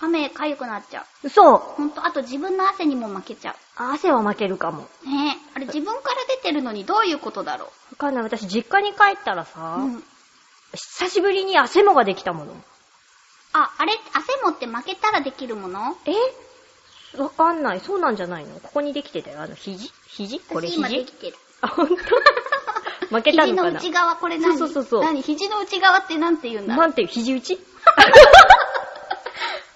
A: 雨、かゆくなっちゃう。
B: 嘘
A: ほんと、あと自分の汗にも負けちゃ
B: 汗は負けるかも。
A: う。ねえ。あれ自分から出てるのにどういうことだろ
B: わかんない。私、実家に帰ったら
A: う。
B: さ、
A: うん。
B: 久しぶりに汗もができたもの。
A: あ、あれ、汗もって負けたらできるもの
B: えわかんない。そうなんじゃないのここにできてたよ。あの、肘肘これ
A: 私今で
B: 肘
A: きてる。
B: あ、ほんと *laughs* 負けた
A: 肘
B: の
A: の
B: かな
A: 内側、これ何
B: そうそうそうそう
A: 何肘の内側ってなんて言うんだろ
B: な
A: う。
B: んていう、肘打ち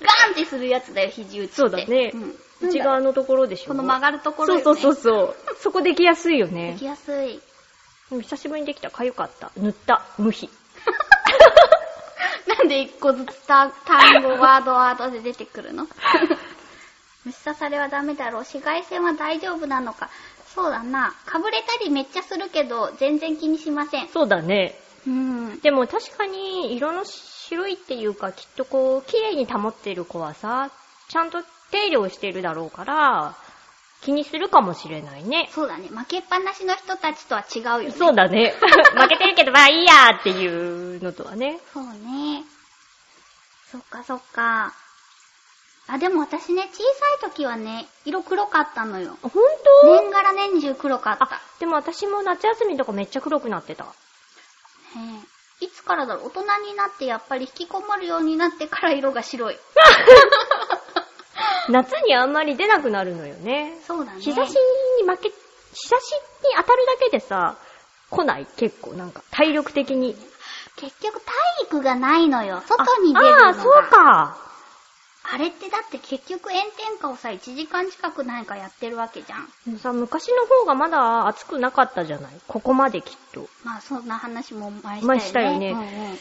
A: ガーンってするやつだよ、肘打ちって。
B: そうだね
A: うん。
B: 内側のところでしょ。
A: この曲がるところよ、ね。
B: そうそうそうそう。そこできやすいよ
A: で
B: ね
A: き。やすい。
B: でも久しぶりにできた。かゆかった。塗った。無比。
A: なんで一個ずつた単語、ワード、ワードで出てくるの
B: *laughs*
A: 虫刺されはダメだろう。紫外線は大丈夫なのか。そうだな。かぶれたりめっちゃするけど、全然気にしません。
B: そうだね。
A: うん。
B: でも確かに、色の白いっていうか、きっとこう、綺麗に保ってる子はさ、ちゃんと手入れをしてるだろうから、気にするかもしれないね。
A: そうだね。負けっぱなしの人たちとは違うよね。
B: そうだね。 *laughs* 負けてるけど、まあいいやーっていうのとはね。
A: そうね。そっかそっか。あ、でも私ね、小さい時はね、色黒かったのよ。
B: 本
A: 年がら年中黒かっ
B: あ
A: た。、
B: でも私も夏休みとかめっちゃ黒くなってた。
A: ねえいつからだろう大人になってやっぱり引きこもるようになってから色が白い。
B: 夏にあんまり出なくなるのよね。
A: そうだね。
B: 日差しに負け、日差しに当たるだけでさ、来ない結構なんか、体力的に。
A: 結局体育がないのよ。外に出るのが。
B: ああー、そうか。
A: あれってだって結局炎天下をさ、1時間近くなんかやってるわけじゃん。
B: でもさ、昔の方がまだ暑くなかったじゃないここまできっと。
A: まあそんな話も前
B: 前
A: し
B: したた
A: よ
B: よ
A: ね。
B: ね
A: うん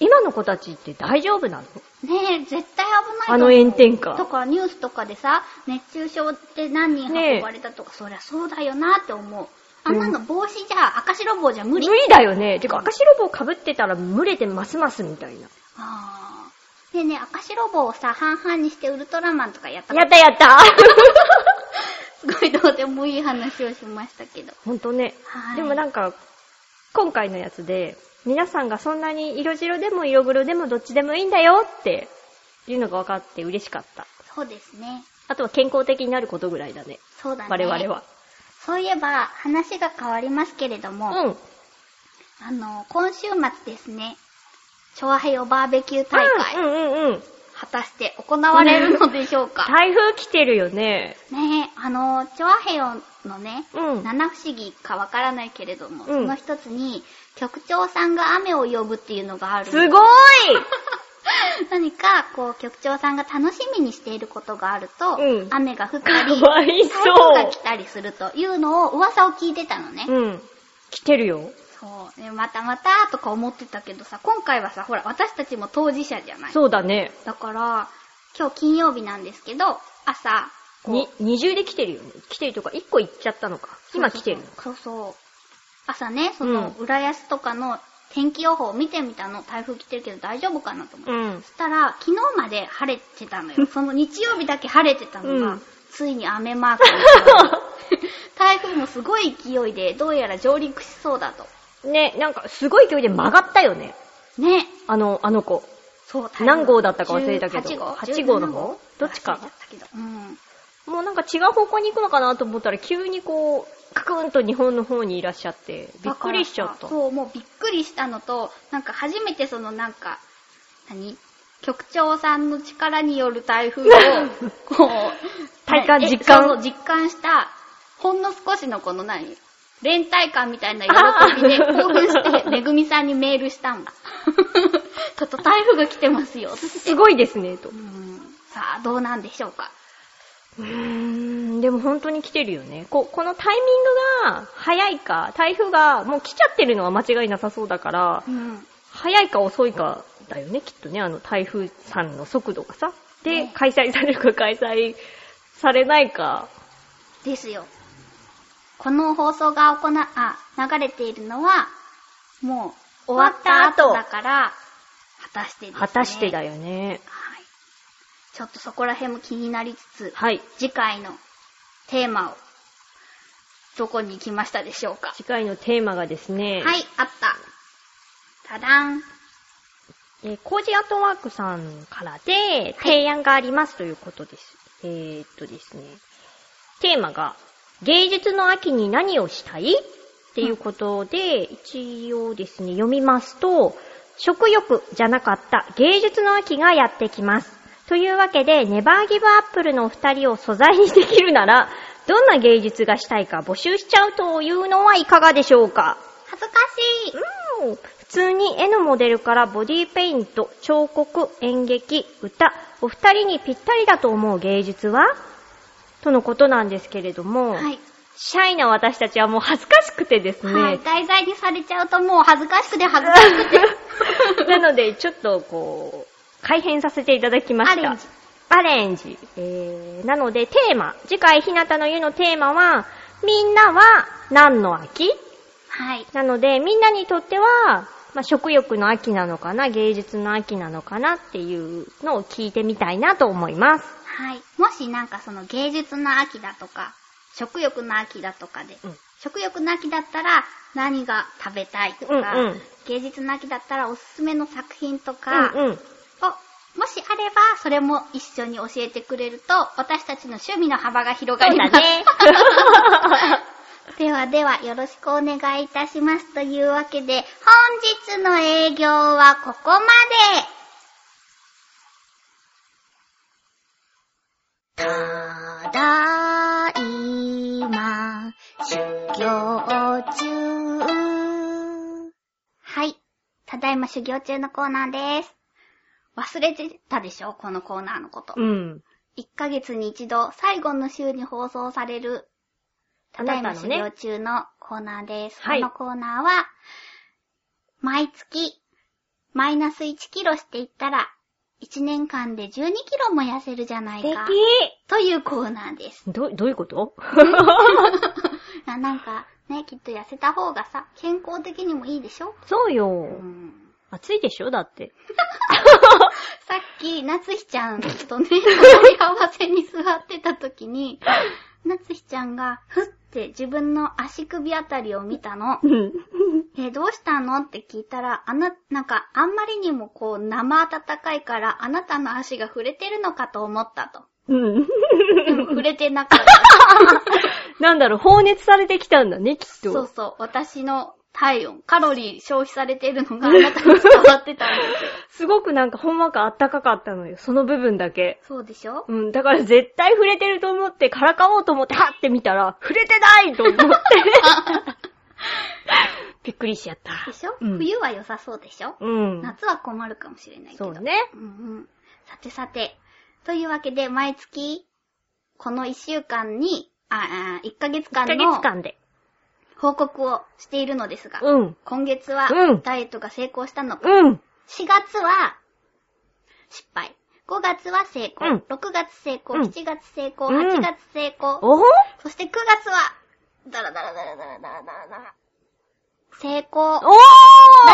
B: 今の子たちって大丈夫なの
A: うんねえ、絶対危ないと思う
B: あの炎天下
A: とかニュースとかでさ、熱中症って何人運ばれたとか、そりゃそうだよなって思う。あんなの帽子じゃ、赤白帽じゃ無理。
B: だよね。てか赤白帽被ってたら蒸れてますますみたいな。
A: あーねえねえ、赤白帽をさ、半々にしてウルトラマンとかやったこ
B: やったや *laughs* った。
A: とすごいどうでもいい話をしましたけど。
B: ほんとね。
A: はい
B: でもなんか、今回のやつで、皆さんがそんなに色白でも色黒でもどっちでもいいんだよっていうのが分かって嬉しかった。
A: そうですね。
B: あとは健康的になることぐらいだね。
A: そうだね。
B: 我々は。
A: そういえば、話が変わりますけれども、
B: うん。
A: あの、今週末ですね、チョアヘヨバーベキュー大会、
B: うんうんうん。
A: 果たして行われるのでしょうか。
B: 台風来てるよね。
A: ねえ、あの、チョアヘヨのね、
B: うん。
A: 七不思議かわからないけれども、
B: うん
A: その一つに、局長さんが雨を呼ぶっていうのがある *laughs*
B: すごい
A: 何か、こう、局長さんが楽しみにしていることがあると、
B: うん
A: 雨が降ったり、
B: かわい
A: 台風
B: そ
A: が来たりするというのを噂を聞いてたのね。
B: う。うん。来てるよ。
A: そう、ね、またまたとか思ってたけどさ、今回はさ、ほら、私たちも当事者じゃない。
B: そうだね。
A: だから、今日金曜日なんですけど、朝、こう
B: に、二重で来てるよね。来てるとか、一個行っちゃったのか。今来てるのか。
A: そうそうそう。朝ね、その、浦安とかの天気予報を見てみたの。台風来てるけど大丈夫かなと思って。
B: うん。
A: そしたら、昨日まで晴れてたのよ。その日曜日だけ晴れてたのが、
B: うん
A: ついに雨マークに変わり。
B: *laughs*
A: 台風もすごい勢いで、どうやら上陸しそうだと。
B: ね、なんか、すごい勢いで曲がったよね。
A: ね。
B: あの、あの子。
A: そう、
B: 何号だったか忘れたけど
A: 8号
B: 8号の方
A: 17号
B: どっちか
A: 忘れゃったけどうん。
B: もうなんか違う方向に行くのかなと思ったら、急にこう、カクンと日本の方にいらっしゃって、びっくりしちゃっ
A: だから
B: た。
A: そう、もうびっくりしたのと、なんか初めてそのなんか、何局長さんの力による台
B: *laughs*
A: 風を、こう、
B: 体感
A: え
B: 実感
A: そうそう実感した、ほんの少しのこの何連帯感みたいな喜び
B: *laughs*
A: で
B: あー
A: 興奮して、めぐみさんにメールした
B: *laughs*
A: んだ。ちょっと台風が来てますよ。
B: すごいですね、と
A: う。んさあ、どうなんでしょうか。
B: うーん、でも本当に来てるよね。こ、このタイミングが早いか、台風がもう来ちゃってるのは間違いなさそうだから
A: う、ん。
B: 早いか遅いかだよね、きっとね、あの台風さんの速度がさ。で、
A: ね
B: 開催されるか開催されないか。
A: ですよ。この放送が行な、あ、流れているのは、もう終わった
B: 終
A: 後
B: わった後
A: だから、果たしてですね。
B: 果たしてだよね。
A: はい。ちょっとそこら辺も気になりつつ、
B: はい。
A: 次回のテーマを、どこに行きましたでしょうか。
B: 次回のテーマがですね、
A: はい、あった。ただん。
B: えーコージアートワークさんからで、提案がありますということです。えー、っとですね、テーマが、芸術の秋に何をしたいっていうことで、一応ですね、読みますと、食欲じゃなかった芸術の秋がやってきます。というわけで、ネバーギブアップルのお二人を素材にできるなら、どんな芸術がしたいか募集しちゃうというのはいかがでしょうか
A: 恥ずかしい。
B: うん普通に絵のモデルからボディペイント、彫刻、演劇、歌、お二人にぴったりだと思う芸術はとのことなんですけれども、
A: はい。
B: シャイな私たちはもう恥ずかしくてですね、
A: はい。題材にされちゃうともう恥ずかしくて恥ずかしくて。
B: *laughs* *laughs* なのでちょっとこう、改変させていただきま
A: ア
B: した。
A: レンジ
B: アレンジ。えー、なのでテーマ、次回ひなたの湯のテーマは、みんなは何の秋
A: はい。
B: なので、みんなにとっては、まあ、食欲の秋なのかな、芸術の秋なのかなっていうのを聞いてみたいなと思います。
A: はい。もしなんかその芸術の秋だとか、食欲の秋だとかで、
B: うん
A: 食欲の秋だったら何が食べたいとか、
B: うんうん
A: 芸術の秋だったらおすすめの作品とかを、
B: うんうん。
A: もしあればそれも一緒に教えてくれると、私たちの趣味の幅が広が
B: そう
A: りま
B: だ
A: す。
B: ね。
A: *laughs* ではではよろしくお願いいたします。というわけで、本日の営業はここまでただいま、修行中。はい。ただいま修行中のコーナーです。忘れてたでしょこのコーナーのこと。
B: うん。
A: 1ヶ月に一度、最後の週に放送される、ただいま
B: あなた
A: 修
B: のね
A: 行中のコーナーです。
B: はい
A: このコーナーは、毎月、マイナス1キロしていったら、1年間で12キロも痩せるじゃない
B: 素
A: か、というコーナーです。
B: 敵ど、どういうこと *laughs*
A: あなんか、ね、きっと痩せた方がさ、健康的にもいいでしょ
B: そうよ
A: う。ん。
B: 暑いでしょだって。
A: さっき、夏日ちゃんとね、隣り合わせに座ってた時に、夏日ちゃんが、ふって自分の足首あたりを見たの。
B: うん。
A: え、どうしたのって聞いたら、あな、なんか、あんまりにもこう、生暖かいから、あなたの足が触れてるのかと思ったと。
B: うん。
A: でも触れてなか
B: *laughs*
A: った。
B: なんだろう、放熱されてきたんだね、きっと。
A: そうそう、私の体温、カロリー消費されてるのがあなたに伝わってたんですよ。
B: すごくなんかほんわかあったかかったのよ。その部分だけ。
A: そうでしょ
B: うん、だから絶対触れてると思って、からかおうと思って、はって見たら、触れてないと
A: *laughs*
B: 思って。びっくりしちゃった。
A: でしょ、
B: うん
A: 冬は良さそうでしょ、
B: うん。
A: 夏は困るかもしれないけ
B: そ
A: ど。
B: うね。
A: うんうん。さてさて。というわけで、毎月、この1週間に、あ、あ1ヶ月間
B: 1ヶ
A: の
B: 月間で。
A: 報告をしているのですが、
B: うん。
A: 今月は
B: うん
A: ダイエットが成功したのか、
B: うん。
A: 4月は失敗、5月は成功、
B: うん
A: 6月成功、
B: うん
A: 7月成功、
B: うん
A: 8月成功、
B: おほ
A: そして9月は、ダラダラダラダラダラダラダラ。成功。
B: お
A: だ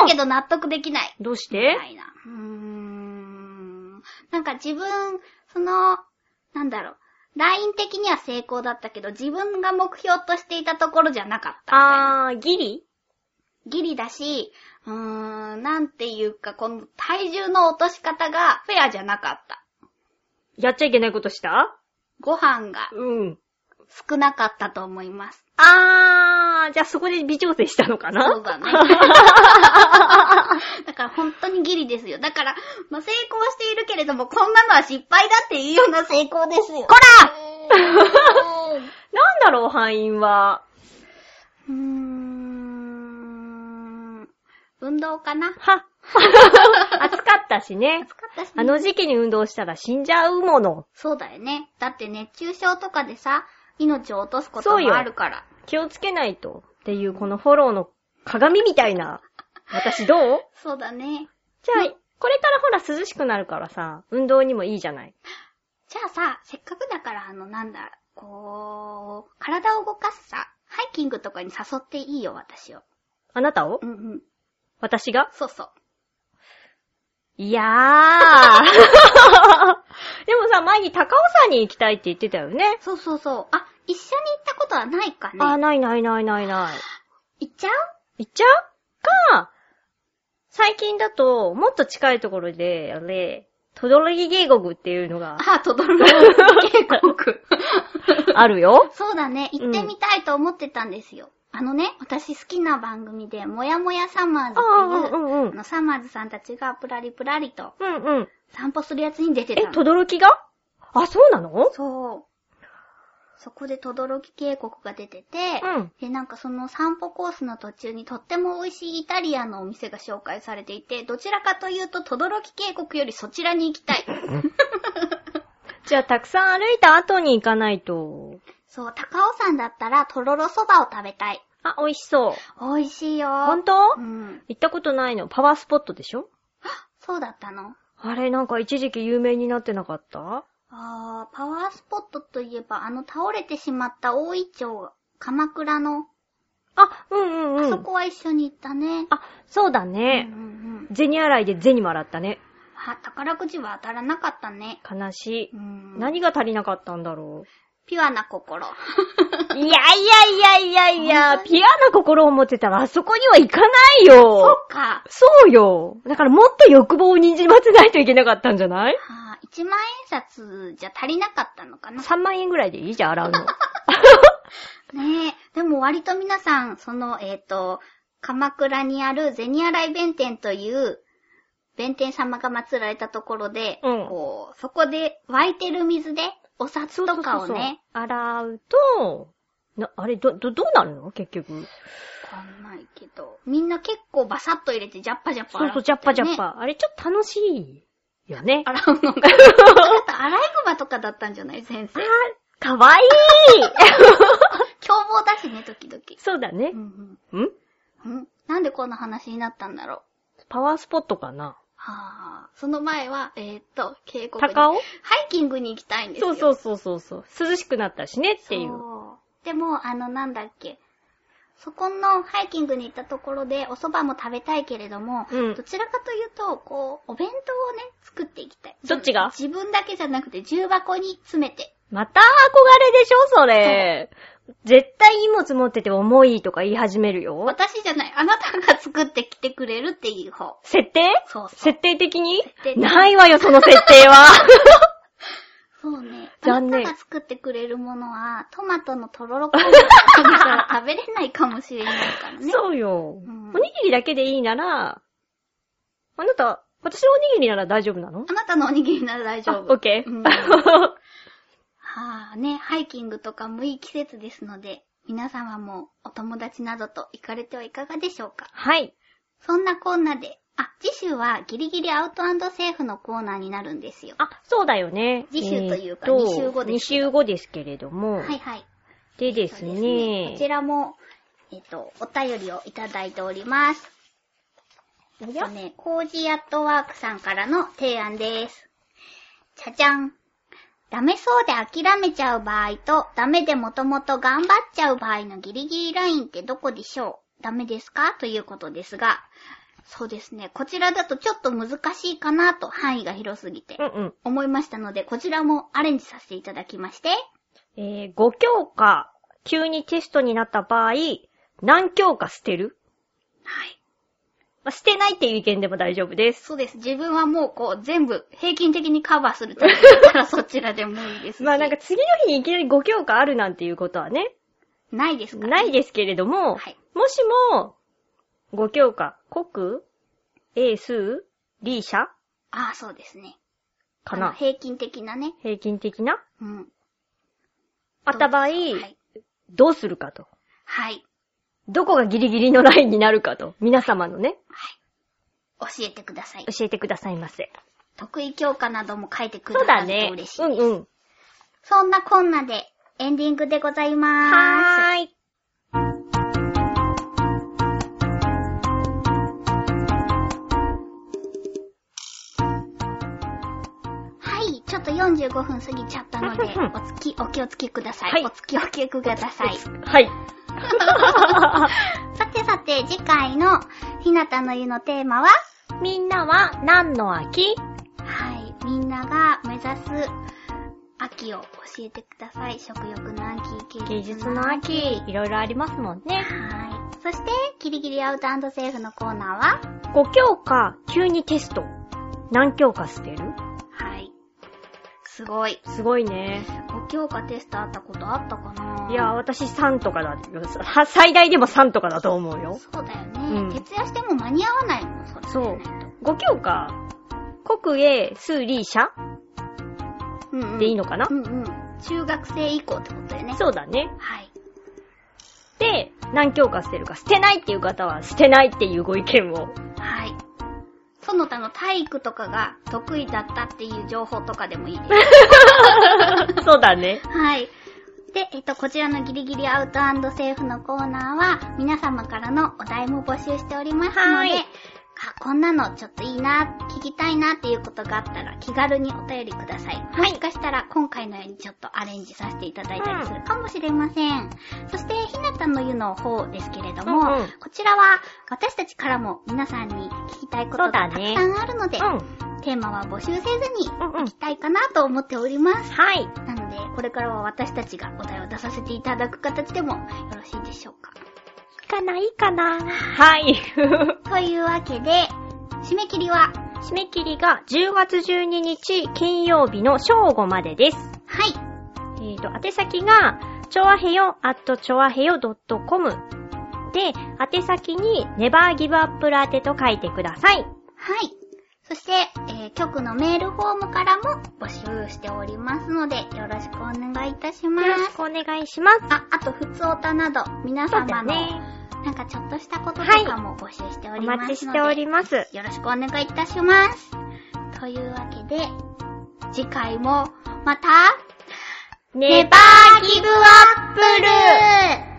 B: ー
A: けど納得できない。
B: どうし
A: み
B: て
A: たいな。うーん。なんか自分、その、なんだろう。ライン的には成功だったけど、自分が目標としていたところじゃなかったみたいな。
B: あー、ギリ
A: ギリだし、うーん、なんていうか、この体重の落とし方がフェアじゃなかった。
B: やっちゃいけないことした
A: ご飯が
B: うん。
A: 少なかったと思います。
B: あー、じゃあそこで微調整したのかな
A: そう
B: *laughs*
A: だね。だから本当にギリですよ。だから、まあ、成功しているけれども、こんなのは失敗だっていうような成功ですよ。こら
B: なんだろう、敗因は。
A: *laughs* うーん。運動かな *laughs*
B: は暑かったしね。
A: 暑かったし、ね、
B: あの時期に運動したら死んじゃうもの。
A: そうだよね。だって熱中症とかでさ、命を落とすこ
B: そ
A: と
B: うよ
A: もあるから。
B: 気をつけないと。っていう、このフォローの鏡みたいな。私どう
A: そうだね。
B: じゃあ、これからほら涼しくなるからさ、運動にもいいじゃない。
A: じゃあさ、せっかくだから、あの、なんだ、こう、体を動かすさ、ハイキングとかに誘っていいよ、私を。
B: あなたを
A: うんうん。
B: 私が
A: そうそう。
B: いやー。 *laughs* でもさ、前に高尾山に行きたいって言ってたよね。
A: そうそうそう。あ、一緒に行ったことはないか
B: あー、
A: ね。
B: ないないないないない。
A: 行っちゃう
B: 行っちゃうか、最近だと、もっと近いところで、あれ、トドロギ渓谷っていうのが
A: あ、とどろ渓谷。。
B: *laughs* あるよ
A: そうだね。行ってみたいと思ってたんですよ。あのね、私好きな番組で、もやもやサマーズ
B: あ
A: っ
B: あ、
A: て
B: う
A: いう、
B: んうんう
A: あ
B: ん。
A: の、サマーズさんたちがぷらりぷらりと
B: うんうん。
A: 散歩するやつに出て
B: え
A: た、の。
B: トドロギがあ、そうなの
A: そう。そこでとどろき渓谷が出てて、
B: うん
A: で、なんかその散歩コースの途中にとっても美味しいイタリアのお店が紹介されていて、どちらかというと、とどろき渓谷よりそちらに行きたい。
B: じゃあ、たくさん歩いた後に行かないと。
A: そう、高尾山だったら、とろろそばを食べたい。
B: あ、美味しそう。
A: 美味しいよ。
B: ほんと
A: うん。
B: 行ったことないの。パワースポットでしょ
A: そうだったの
B: あれ、なんか一時期有名になってなかった
A: あー、パワースポットといえば、あの倒れてしまった大井町、鎌倉の、
B: あ、うんうんうん。
A: あそこは一緒に行ったね。
B: あ、そうだ
A: う
B: ね
A: ん。うんうん。
B: 銭洗いで銭もらったね。
A: あ、宝くじは当たらなかったね。
B: 悲しい。
A: うん。
B: 何が足りなかったんだろ *laughs*
A: ピュアな心。
B: う。いやいやいやいやいや
A: 本、当
B: ピュアな心を持ってたらあそこには行かないよ。
A: っか。
B: そうよ。だからもっと欲望をにじませないといけなかったんじゃない
A: あー、1万円札じゃ足りなかったのかな
B: ?3 万円ぐらいでいいじゃん、洗 *laughs* うの。
A: ねえ。でも割と皆さん、その、えっ、と、鎌倉にある銭洗弁天という、弁天様が祀られたところで、
B: うん
A: こう、そこで沸いてる水で、お札とかを
B: そうそうそう
A: ね、
B: 洗うと、な、あれ、ど、ど、どうなるの結局。
A: わかんないけど、みんな結構バサッと入れて、ジャッパジャッパ洗
B: そうそう、
A: っ
B: ジ
A: て
B: ャッパジャッ
A: ね。
B: パ。あれ、ちょっと楽しいよね。
A: 洗うのが。 *laughs* あと、アライグマとかだったんじゃない先生。
B: かわいい
A: 凶暴だしね、時々。
B: *laughs* そうだね
A: う。ん
B: ん
A: うん。うんなんでこんな話になったんだろう。
B: パワースポットかな
A: はあ、その前は、えーっと、渓谷に。
B: 高尾
A: ハイキングに行きたいんです
B: そ
A: よ。
B: うそううそうそうそう。涼しくなったしねっていう。
A: そう。でも、あの、なんだっけ。そこのハイキングに行ったところでお蕎麦も食べたいけれども、
B: うん
A: どちらかというと、こう、お弁当をね、作っていきたい。
B: どっちが
A: 自分だけじゃなくて、重箱に詰めて。
B: また憧れでしょそれ。 *laughs* 絶対荷物持ってて重いとか言い始めるよ。
A: 私じゃない、あなたが作ってきてくれるっていう方。
B: 設定
A: そうそう。
B: 設定的に
A: 定的
B: ないわよ、その設定は。
A: そうね。あ
B: 残念
A: なたが作ってくれるものは、トマトのとろろ昆布とかから食べれないかもしれないから *laughs* ね。
B: そうよ。
A: うん
B: おにぎりだけでいいなら、あなた、私のおにぎりなら大丈夫なの
A: あなたのおにぎりなら大丈夫。
B: あオッケ
A: う
B: ー
A: んはあね、ハイキングとかもいい季節ですので、皆様もお友達などと行かれてはいかがでしょうか。
B: *laughs* はい。
A: そんなこんなで、あ、次週はギリギリアウトセーフのコーナーになるんですよ。
B: あ、そうだよね。
A: 次週というか
B: えーと
A: 二週後ですけど
B: 二週後ですけれども。
A: はいはい。
B: でで
A: そう
B: す
A: ですね。
B: ね
A: こち。らも、えっと、お便りをいただいております。
B: お
A: えっとね、コージーアットワークさんからの提案です。じゃじゃん。ダメそうで諦めちゃう場合と、ダメでもともと頑張っちゃう場合のギリギリラインってどこでしょうダメですかということですが、そうですね。こちらだとちょっと難しいかなと範囲が広すぎて
B: うんうん。
A: 思いましたので、こちらもアレンジさせていただきまして、
B: えー、5教科、急にテストになった場合、何教科捨てる
A: はい。
B: まあ、捨てないっていう意見でも大丈夫です。
A: そうです。自分はもうこう全部平均的にカバーする
B: *laughs*
A: タイプだったらそちらでもいいですし。
B: まあなんか次の日にいきなり5教科あるなんていうことはね、
A: ないですから、
B: ないですけれども、
A: はい
B: もしも、5教科、国、英数、理社
A: ああ、そうですね。
B: か
A: あの
B: な
A: 平均的なね。
B: 平均的な
A: うん。
B: あった場合、
A: はい。
B: どうするかと。
A: はい。
B: どこがギリギリのラインになるかと。皆様のね、
A: 教えてください。
B: 教えてくださいませ。
A: 得意教科なども書いてく
B: そう
A: れた
B: だ
A: らと
B: ね。
A: 嬉しい。
B: うんうん。
A: そんなこんなでエンディングでございまーす。
B: はーい。
A: はい。ちょっと45分過ぎちゃったので、おつき、お気をつけください。
B: はい
A: おつきお気をつけください。 *laughs*
B: はい。
A: さてさて、次回のひなたの湯のテーマは、
B: みんなは何の秋
A: はい。みんなが目指す秋を教えてください。食欲の秋、
B: 芸術の秋。いろいろありますもんね。
A: はい。そして、キリギリアウトセーフのコーナーは
B: 5教科、急にテスト。何教科捨てる
A: はい。すごい。
B: すごいね。
A: 5教科テストあったことあったかない
B: いや、私3とかだよ。は最大でも3とかだと思うよ。
A: そうだよね、
B: うん
A: 徹夜しても間に合わないもん、それ。
B: そう。5教科、国営、数理、社
A: うん、うん。
B: でいいのかな
A: う、んうん。中学生以降ってことだよね。う。
B: そうだね。
A: はい。
B: で、何教科捨てるか。捨てないっていう方は、捨てないっていうご意見を。
A: はい。その他の体育とかが得意だったっていう情報とかでもいいです。
B: そうだね。
A: はい。で、えっと、こちらのギリギリアウトセーフのコーナーは、皆様からのお題も募集しておりますの
B: はい
A: で、あ、こんなのちょっといいな、聞きたいなっていうことがあったら気軽にお便りください。もしかしたら今回のようにちょっとアレンジさせていただいたりするかもしれません。そして、ひなたの湯の方ですけれども、
B: うんうん
A: こちらは私たちからも皆さんに聞きたいこと
B: そう
A: が
B: だ
A: たく
B: ね
A: さんあるので、
B: うん。
A: テーマは募集せずに
B: うんう
A: 聞
B: ん
A: き。たいかなと思っております。
B: はい。
A: なので、これからは私たちがお題を出させていただく形でもよろしいでしょうか。
B: かな、いいかな。はい。 *laughs*
A: というわけで、締め切りは、
B: 締め切りが10月12日金曜日の正午までです。
A: はい、
B: えっ、と、宛先が、ちょわへよ、at ちょわへよ .com で、宛先に、ネバーギブアップラテと書いてください。
A: はい。そして、えー局のメールフォームからも募集しておりますので、よろしくお願いいたしま
B: よろし
A: す。
B: くお願いします。
A: あ、あと、ふつおたなど、皆
B: そうだ
A: 様の、
B: ね。
A: なんかちょっとしたこととかも募集してお
B: お
A: りますので、
B: 待ちしております。
A: よろしくお願いいたします。というわけで、次回も、また、
B: ネバ
A: ーギブアップル